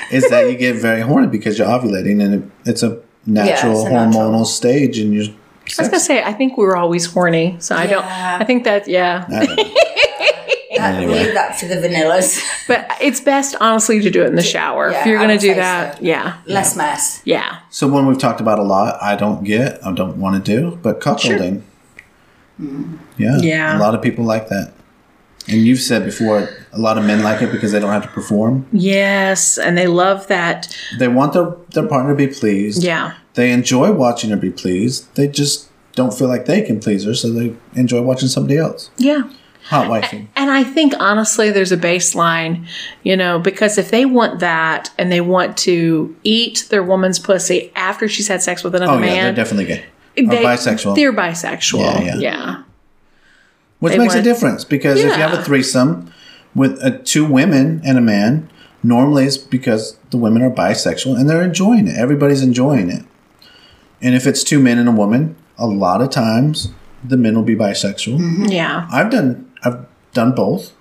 Speaker 2: is that you get very horny because you're ovulating and it, it's a natural
Speaker 3: a
Speaker 2: hormonal
Speaker 3: natural.
Speaker 2: stage and you're.
Speaker 1: I was going to say, I think we were always horny. So I don't,
Speaker 3: Yeah.
Speaker 1: I think that, yeah.
Speaker 2: I don't know.
Speaker 3: that,
Speaker 2: anyway.
Speaker 3: leave that for the vanillas
Speaker 1: But it's best, honestly, to do it in the shower. if
Speaker 3: yeah,
Speaker 1: you're
Speaker 3: I
Speaker 1: going
Speaker 3: would
Speaker 1: to do
Speaker 3: say
Speaker 1: that,
Speaker 3: so.
Speaker 1: yeah.
Speaker 3: less mess
Speaker 1: Yeah.
Speaker 2: So one we've talked about a lot, I don't get, I don't want to do, but cuckolding. Yeah,
Speaker 1: Yeah.
Speaker 2: A lot of people like that, and you've said before, a lot of men like it because they don't have to perform.
Speaker 1: Yes. And they love that.
Speaker 2: They want their their partner to be pleased.
Speaker 1: Yeah.
Speaker 2: They enjoy watching her be pleased. They just don't feel like they can please her, so they enjoy watching somebody else.
Speaker 1: Yeah.
Speaker 2: Hot wifing.
Speaker 1: And I think honestly, there's a baseline, you know, because if they want that and they want to eat their woman's pussy after she's had sex with another
Speaker 2: Oh yeah,
Speaker 1: man,
Speaker 2: they're definitely gay. Or bisexual.
Speaker 1: They're bisexual.
Speaker 2: Yeah,
Speaker 1: Yeah.
Speaker 2: yeah.
Speaker 1: Yeah.
Speaker 2: Which
Speaker 1: They
Speaker 2: makes a
Speaker 1: want-
Speaker 2: difference because if you have
Speaker 1: Yeah.
Speaker 2: a threesome with uh, two women and a man, normally it's because the women are bisexual and they're enjoying it. Everybody's enjoying it. And if it's two men and a woman, a lot of times the men will be bisexual.
Speaker 1: Mm-hmm.
Speaker 2: I've done I've done both.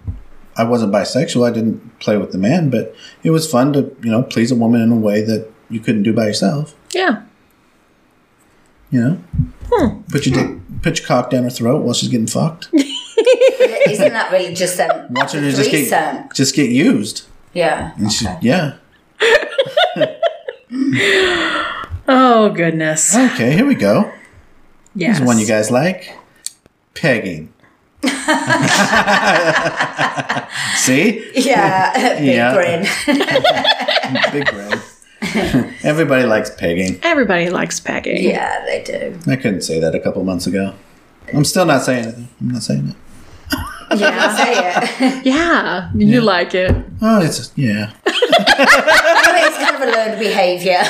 Speaker 2: I wasn't bisexual. I didn't play with the man, but it was fun to you know please a woman in a way that you couldn't do by yourself.
Speaker 1: Yeah.
Speaker 2: You know,
Speaker 1: Hmm.
Speaker 2: put your dick, put your cock down her throat while she's getting fucked.
Speaker 3: isn't that really just um
Speaker 2: Watching her just
Speaker 3: threesome
Speaker 2: get just get used.
Speaker 3: yeah
Speaker 2: And she, yeah.
Speaker 1: Oh goodness.
Speaker 2: Okay, here we go.
Speaker 1: Yes.
Speaker 2: Here's one you guys like. Pegging. See?
Speaker 3: Yeah, big
Speaker 2: Yeah.
Speaker 3: grin.
Speaker 2: Big grin. Everybody likes pegging.
Speaker 1: Everybody likes pegging.
Speaker 3: Yeah, they do.
Speaker 2: I couldn't say that a couple months ago. I'm still not saying it. I'm not saying it.
Speaker 1: Yeah.
Speaker 3: Say it.
Speaker 1: yeah. You like it.
Speaker 2: Oh, it's yeah.
Speaker 3: It's kind of a learned behaviour.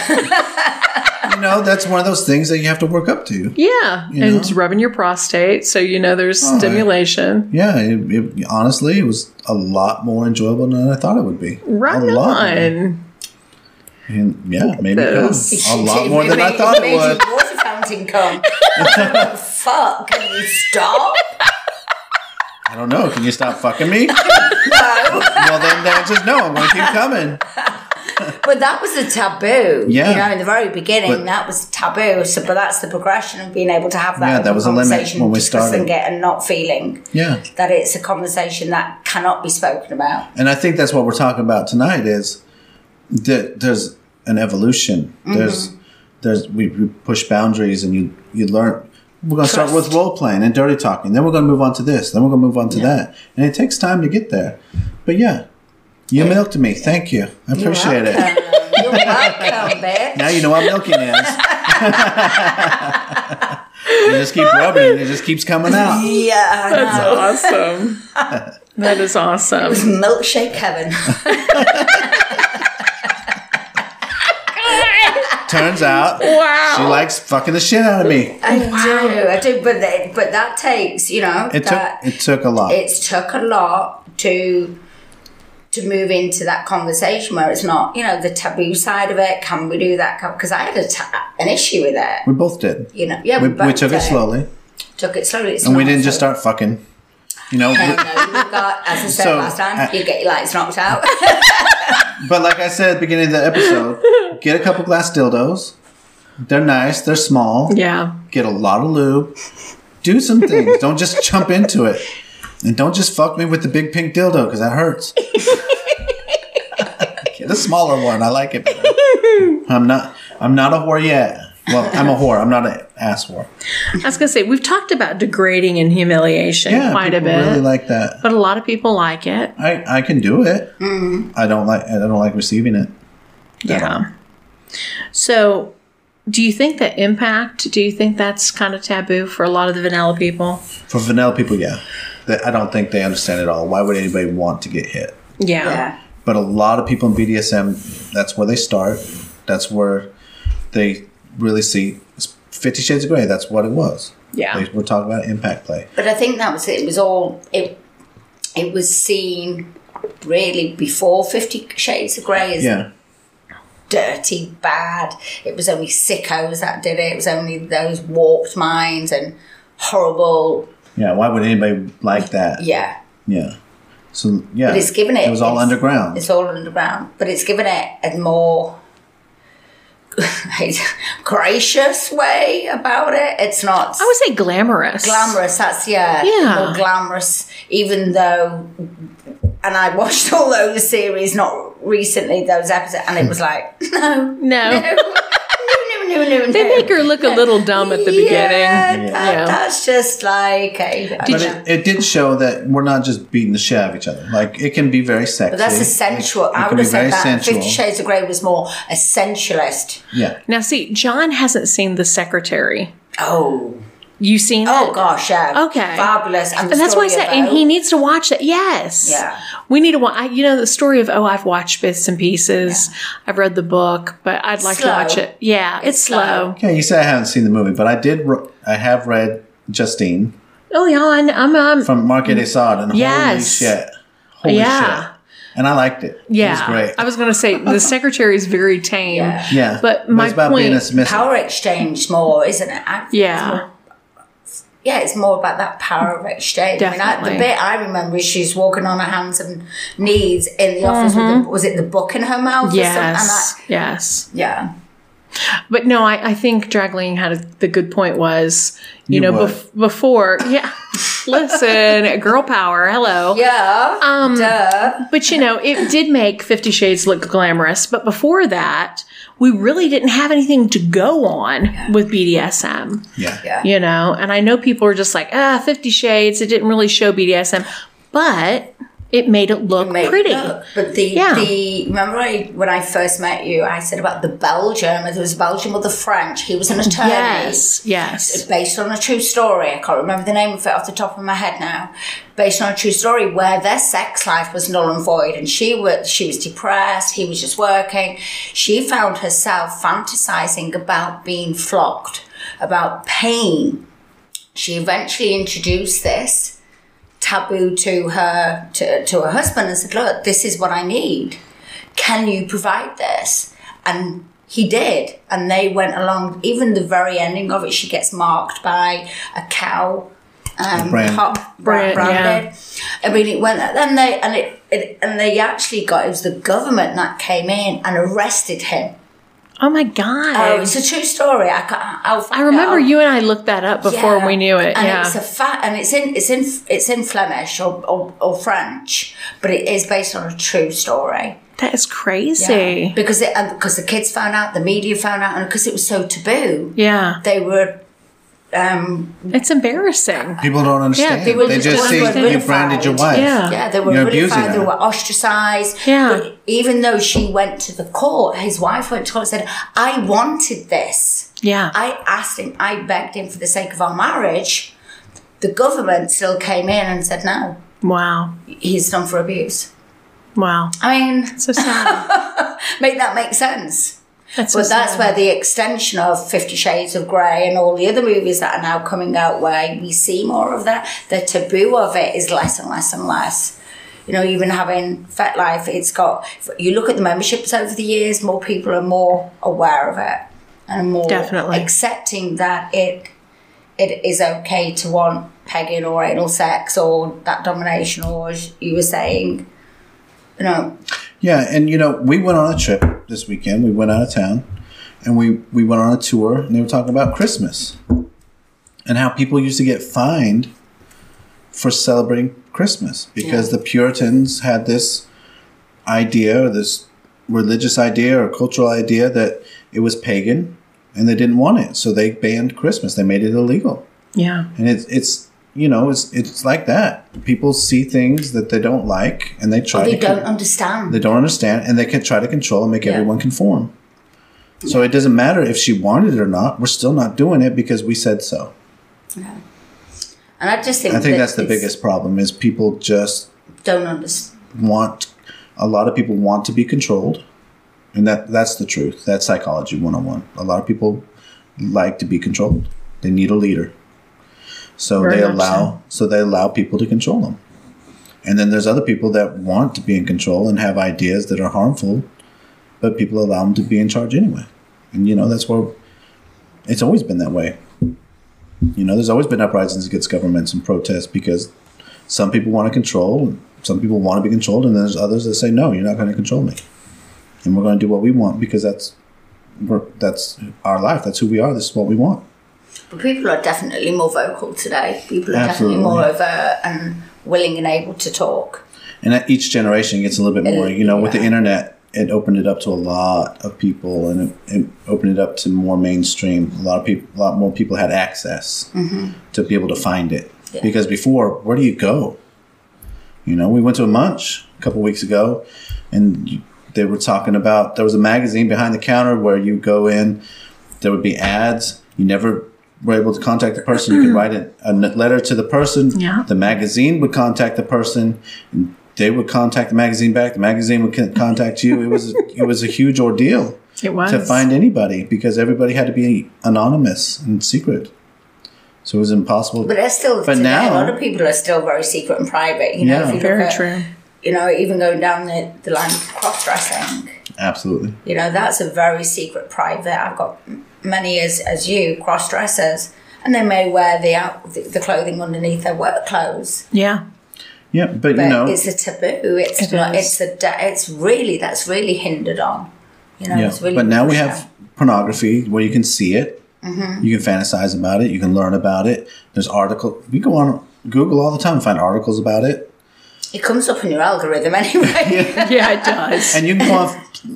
Speaker 2: You know, that's one of those things that you have to work up to.
Speaker 1: Yeah.
Speaker 2: You
Speaker 1: and
Speaker 2: know? Oh,
Speaker 1: it's rubbing your prostate, so you know there's
Speaker 2: yeah.
Speaker 1: stimulation.
Speaker 2: Yeah, it, it, honestly, it was a lot more enjoyable than I thought it would be.
Speaker 1: Right
Speaker 2: a lot. more.
Speaker 1: on.
Speaker 2: And yeah, maybe it
Speaker 1: This.
Speaker 2: was a lot more than I thought it
Speaker 3: made
Speaker 2: was.
Speaker 3: Your water fountain come. Fuck! Can you stop?
Speaker 2: I don't know. Can you stop fucking me?
Speaker 3: No.
Speaker 2: well, then that's just no. I'm gonna keep coming.
Speaker 3: But that was a taboo.
Speaker 2: Yeah.
Speaker 3: You know, in the very beginning,
Speaker 2: But-
Speaker 3: that was taboo. So, but that's the progression of being able to have that.
Speaker 2: Yeah,
Speaker 3: open
Speaker 2: that was a limit
Speaker 3: conversation,
Speaker 2: when we
Speaker 3: discussing
Speaker 2: started.
Speaker 3: it and not feeling
Speaker 2: Yeah,
Speaker 3: that it's a conversation that cannot be spoken about.
Speaker 2: and I think that's what we're talking about tonight. Is that there's an evolution. There's there's we, we push boundaries, and you you learn. We're gonna start with
Speaker 3: Trust.
Speaker 2: role playing and dirty talking. Then we're gonna move on to this. Then we're gonna move on to that. And it takes time to get there. But yeah, you milked me. Thank you. I appreciate it.
Speaker 3: You're welcome, bitch.
Speaker 2: Now you know what milking is. you just keep rubbing it, and it just keeps coming out.
Speaker 3: Yeah, I know.
Speaker 1: That's awesome. that is awesome.
Speaker 3: milkshake heaven.
Speaker 2: Turns out
Speaker 1: Wow.
Speaker 2: she likes fucking the shit out of me.
Speaker 3: I do, I do, but it, but that takes you know
Speaker 2: It
Speaker 3: that
Speaker 2: took it took a lot.
Speaker 3: it's took a lot to to move into that conversation where it's not you know the taboo side of it. Can we do that? Because I had a ta- an issue with it.
Speaker 2: we both did.
Speaker 3: You know, yeah,
Speaker 2: We,
Speaker 3: both
Speaker 2: we took it
Speaker 3: did.
Speaker 2: slowly,
Speaker 3: Took it slowly. It's
Speaker 2: and we
Speaker 3: not
Speaker 2: didn't
Speaker 3: so-
Speaker 2: just start fucking. You know,
Speaker 3: No, no,
Speaker 2: we-
Speaker 3: you got, as I said
Speaker 2: So,
Speaker 3: last time,
Speaker 2: uh,
Speaker 3: you get your lights knocked out.
Speaker 2: but like I said at the beginning of the episode, get a couple glass dildos. They're nice. They're small.
Speaker 1: Yeah.
Speaker 2: Get a lot of lube. Do some things. don't just jump into it, and don't just fuck me with the big pink dildo because that hurts. get a smaller one. I like it. Better. I'm not. I'm not a whore yet. Well, I'm a whore. I'm not an ass whore.
Speaker 1: I was gonna say we've talked about degrading and humiliation
Speaker 2: Yeah,
Speaker 1: quite a
Speaker 2: people
Speaker 1: bit.
Speaker 2: really like that.
Speaker 1: but a lot of people like it.
Speaker 2: I, I can do it.
Speaker 3: Mm-hmm.
Speaker 2: I don't like I don't like receiving it.
Speaker 1: Yeah. So, do you think that impact? Do you think that's kind of taboo for a lot of the vanilla people?
Speaker 2: For vanilla people, yeah, That- I don't think they understand at all. Why would anybody want to get hit?
Speaker 1: Yeah.
Speaker 3: yeah.
Speaker 2: But a lot of people in BDSM, that's where they start. That's where they really see Fifty Shades of Grey. That's what it was.
Speaker 1: Yeah.
Speaker 2: They we're talking about impact play.
Speaker 3: But I think that was it. It was all it. It was seen really before Fifty Shades of Grey as
Speaker 2: Yeah,
Speaker 3: dirty, bad. It was only sickos that did it. It was only those warped minds and horrible.
Speaker 2: yeah. Why would anybody like that?
Speaker 3: Yeah,
Speaker 2: Yeah. So yeah,
Speaker 3: but it's given it.
Speaker 2: It was all
Speaker 3: it's-
Speaker 2: underground.
Speaker 3: It's all underground, but it's given it a more gracious way about it. It's not.
Speaker 1: I would say glamorous.
Speaker 3: glamorous. That's yeah,
Speaker 1: Yeah.
Speaker 3: more glamorous. Even though, and I watched all those series not recently, those episodes, and it was like no,
Speaker 1: No,
Speaker 3: no, no, no, no, no.
Speaker 1: they make her look a little dumb at the
Speaker 3: Yeah,
Speaker 1: beginning.
Speaker 3: that-
Speaker 1: Yeah.
Speaker 3: that's just like a.
Speaker 1: Did
Speaker 2: but
Speaker 1: you-
Speaker 2: it, it did show that we're not just beating the shit out of each other. Like it can be very sexy.
Speaker 3: but that's a sensual.
Speaker 2: It can
Speaker 3: I would
Speaker 2: be
Speaker 3: have said
Speaker 2: very
Speaker 3: that
Speaker 2: sensual.
Speaker 3: Fifty Shades of Grey was more a sensualist.
Speaker 2: Yeah.
Speaker 1: Now, see, John hasn't seen The Secretary.
Speaker 3: Oh,
Speaker 1: You seen?
Speaker 3: oh
Speaker 1: it?
Speaker 3: gosh, yeah.
Speaker 1: Okay.
Speaker 3: fabulous. And, the
Speaker 1: And that's why I
Speaker 3: story
Speaker 1: said, and
Speaker 3: about-
Speaker 1: he needs to watch that. Yes.
Speaker 3: Yeah.
Speaker 1: We need to watch, I, you know, the story of, oh, I've watched bits and pieces. I've read the book, but I'd like
Speaker 3: Slow.
Speaker 1: to watch it. Yeah, it's, slow.
Speaker 2: Okay, you say I haven't seen the movie, but I did. Re- I have read Justine
Speaker 1: Oh, yeah. I'm, I'm, I'm
Speaker 2: from Marquis de Sade, and
Speaker 1: Yes.
Speaker 2: holy shit, holy
Speaker 1: Yeah.
Speaker 2: shit, and I liked it.
Speaker 1: yeah.
Speaker 2: it was great.
Speaker 1: I was going to say, the secretary is very tame.
Speaker 3: Yeah.
Speaker 2: yeah,
Speaker 1: but my
Speaker 2: it's about being a
Speaker 1: point-
Speaker 2: submissive.
Speaker 3: power exchange more, isn't it? I-
Speaker 1: Yeah.
Speaker 3: it's more- yeah, it's more about that power of exchange. I mean, I,
Speaker 1: Definitely.
Speaker 3: the bit I remember is she's walking on her hands and knees in the office with the, was it the book in her mouth? Or something? And
Speaker 1: Mm-hmm. Yes.
Speaker 3: I,
Speaker 1: yes.
Speaker 3: yeah.
Speaker 1: But no, I, I think Dragling had a, the good point was, you,
Speaker 2: You
Speaker 1: know,
Speaker 2: would.
Speaker 1: bef- before, yeah. Listen, girl power. Hello.
Speaker 3: Yeah.
Speaker 1: Um,
Speaker 3: duh.
Speaker 1: But you know, it did make Fifty Shades look glamorous. But before that, we really didn't have anything to go on with BDSM,
Speaker 2: Yeah.
Speaker 3: Yeah.
Speaker 1: you know? And I know people are just like, ah, Fifty Shades, it didn't really show BDSM, but it made it look
Speaker 3: Made it
Speaker 1: pretty.
Speaker 3: look. But the,
Speaker 1: Yeah.
Speaker 3: the remember I, when I first met you, I said about the Belgian, there was a Belgian with a French. He was an attorney.
Speaker 1: Yes, yes.
Speaker 3: based on a true story. I can't remember the name of it off the top of my head now. Based on a true story where their sex life was null and void, and she was she was depressed. He was just working. She found herself fantasizing about being flogged, about pain. She eventually introduced this taboo to her to, to her husband and said, "Look, this is what I need. Can you provide this?" And he did, and they went along. Even the very ending of it, she gets marked by a cow. Um,
Speaker 2: Brand.
Speaker 3: Pop
Speaker 1: Brand,
Speaker 3: brand, branded. I mean, it went. Then they and it, it and they actually got. It was the government that came in and arrested him.
Speaker 1: Oh my God.
Speaker 3: Oh, it's a true story. I can't, I'll
Speaker 1: I remember you and I looked that up before we knew it.
Speaker 3: And
Speaker 1: yeah.
Speaker 3: it's a fa- and it's in it's in it's in Flemish or, or, or French, but it is based on a true story.
Speaker 1: that is
Speaker 3: Yeah.
Speaker 1: crazy.
Speaker 3: Because it and because the kids found out, the media found out, and because it was so taboo,
Speaker 1: Yeah.
Speaker 3: they were. Um,
Speaker 1: It's embarrassing.
Speaker 2: People don't understand.
Speaker 1: they
Speaker 2: they,
Speaker 1: were
Speaker 3: just
Speaker 2: just see
Speaker 3: wondering what
Speaker 2: you
Speaker 3: they
Speaker 2: branded your
Speaker 3: found.
Speaker 2: wife.
Speaker 1: Yeah.
Speaker 3: yeah, they were
Speaker 2: You're
Speaker 3: really
Speaker 2: abusing
Speaker 3: fine. They
Speaker 2: her.
Speaker 3: were ostracized.
Speaker 1: Yeah.
Speaker 3: But even though she went to the court, his wife went to court and said, "I wanted this."
Speaker 1: Yeah.
Speaker 3: I asked him, I begged him for the sake of our marriage. The government still came in and said, no,
Speaker 1: Wow.
Speaker 3: he's done for abuse.
Speaker 1: Wow.
Speaker 3: I mean,
Speaker 1: So sad.
Speaker 3: make that make sense.
Speaker 1: That's so
Speaker 3: But that's
Speaker 1: sad.
Speaker 3: where the extension of Fifty Shades of Grey and all the other movies that are now coming out, where we see more of that, the taboo of it is less and less and less. You know, even having FetLife, it's got, if you look at the memberships over the years, more people are more aware of it and more
Speaker 1: Definitely.
Speaker 3: accepting that it it is okay to want pegging or anal sex or that domination, or as you were saying, you know,
Speaker 2: Yeah, and you know, we went on a trip this weekend. We went out of town, and we we went on a tour, and they were talking about Christmas and how people used to get fined for celebrating Christmas because the Puritans had this idea, or this religious idea or cultural idea that it was pagan, and they didn't want it, so they banned Christmas. They made it illegal
Speaker 1: Yeah.
Speaker 2: and it's it's you know it's it's like that people see things that they don't like and they try
Speaker 3: they
Speaker 2: to
Speaker 3: don't understand.
Speaker 2: they don't understand and they can try to control and make
Speaker 3: Yeah.
Speaker 2: everyone conform so it doesn't matter if she wanted it or not we're still not doing it because we said so
Speaker 3: And I just think
Speaker 2: i think
Speaker 3: that
Speaker 2: that's the
Speaker 3: it's-
Speaker 2: biggest problem is people just
Speaker 3: don't understand.
Speaker 2: want a lot of people want to be controlled and that that's the truth that's psychology 101 a lot of people like to be controlled they need a leader so
Speaker 1: Very
Speaker 2: they
Speaker 1: much
Speaker 2: allow so. they allow people to control them and then there's other people that want to be in control and have ideas that are harmful but people allow them to be in charge anyway and you know that's where it's always been that way you know there's always been uprisings against governments and protests because some people want to control and some people want to be controlled and there's others that say no you're not going to control me and we're going to do what we want because that's we're, that's our life that's who we are this is what we want
Speaker 3: But people are definitely more vocal today. People are
Speaker 2: Absolutely.
Speaker 3: definitely more overt and willing and able to talk.
Speaker 2: and that each generation gets a little bit more you know with the
Speaker 3: Yeah.
Speaker 2: internet it opened it up to a lot of people and it, it opened it up to more mainstream a lot of people a lot more people had access to be able to find it because before where do you go you know we went to a munch a couple weeks ago and you- they were talking about there was a magazine behind the counter where you go in there would be ads you never were able to contact the person you could write a, a letter to the person
Speaker 1: Yeah.
Speaker 2: the magazine would contact the person and they would contact the magazine back the magazine would con- contact you it was it was a huge ordeal
Speaker 1: It was.
Speaker 2: to find anybody because everybody had to be anonymous and secret so it was impossible
Speaker 3: But they're still
Speaker 2: But
Speaker 3: today,
Speaker 2: now-
Speaker 3: a lot of people are still very secret and private. You know,
Speaker 2: Yeah.
Speaker 3: if you look
Speaker 1: Very
Speaker 3: at,
Speaker 1: true.
Speaker 3: You know, even going down the, the line of cross dressing.
Speaker 2: absolutely
Speaker 3: You know, that's a very secret private. I've got m- many as as you cross dressers, and they may wear the out the, the clothing underneath their work clothes.
Speaker 1: Yeah.
Speaker 2: yeah but,
Speaker 3: But
Speaker 2: you know
Speaker 3: it's a taboo. It's
Speaker 1: It
Speaker 3: not.
Speaker 1: is.
Speaker 3: It's the. da- It's really that's really hindered on. You know,
Speaker 2: Yeah,
Speaker 3: it's really
Speaker 2: but now we
Speaker 3: pushed
Speaker 2: have
Speaker 3: down.
Speaker 2: pornography where you
Speaker 3: Mm-hmm.
Speaker 2: can see it, you can fantasize about it, you can learn about it. There's article. We go on Google all the time, find articles about it.
Speaker 3: It comes up in your algorithm anyway.
Speaker 1: Yeah, it does.
Speaker 2: And you can go on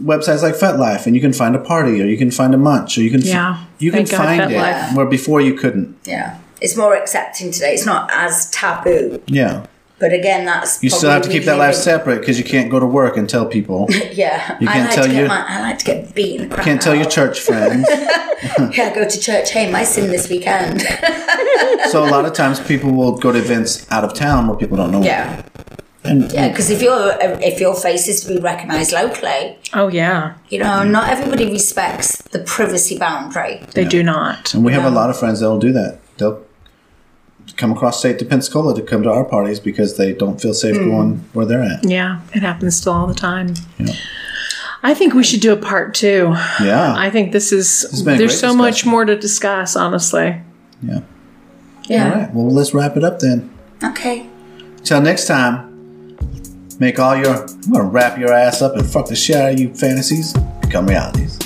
Speaker 2: websites like FetLife, and you can find a party, or you can find a munch, or you can f-
Speaker 1: Yeah.
Speaker 2: you can
Speaker 1: Thank God,
Speaker 2: find it
Speaker 1: FetLife.
Speaker 2: where before you couldn't.
Speaker 3: yeah. It's more accepting today. It's not as taboo.
Speaker 2: Yeah,
Speaker 3: But again, that's
Speaker 2: you still have to
Speaker 3: probably
Speaker 2: keep that life
Speaker 3: living-
Speaker 2: separate because you can't go to work and tell people.
Speaker 3: Yeah,
Speaker 2: You
Speaker 3: I
Speaker 2: can't
Speaker 3: like
Speaker 2: tell
Speaker 3: to get
Speaker 2: your-
Speaker 3: my, I like to get beaten. the crap
Speaker 2: Can't tell your
Speaker 3: out.
Speaker 2: church friends.
Speaker 3: Yeah, go to church. Hey, my sin this weekend.
Speaker 2: so a lot of times people will go to events out of town where people don't know.
Speaker 3: yeah,
Speaker 2: And
Speaker 3: yeah. Because if your if your face is to be recognised locally,
Speaker 1: Oh, yeah.
Speaker 3: you know, not everybody respects the privacy boundary.
Speaker 1: They do not.
Speaker 2: And we have a lot of friends that will do that. They'll come across state to Pensacola to come to our parties because they don't feel safe going where they're at.
Speaker 1: Yeah, it happens still all the time.
Speaker 2: Yeah.
Speaker 1: I think we should do a part two.
Speaker 2: Yeah.
Speaker 1: I think this is,
Speaker 2: been a
Speaker 1: there's
Speaker 2: great
Speaker 1: so much
Speaker 2: discussion.
Speaker 1: more to discuss, honestly.
Speaker 2: yeah. All
Speaker 3: Yeah.
Speaker 2: right. Well, let's wrap it up then.
Speaker 3: Okay.
Speaker 2: Till next time, make all your, I'm going to wrap your ass up and fuck the shit out of you fantasies, become realities.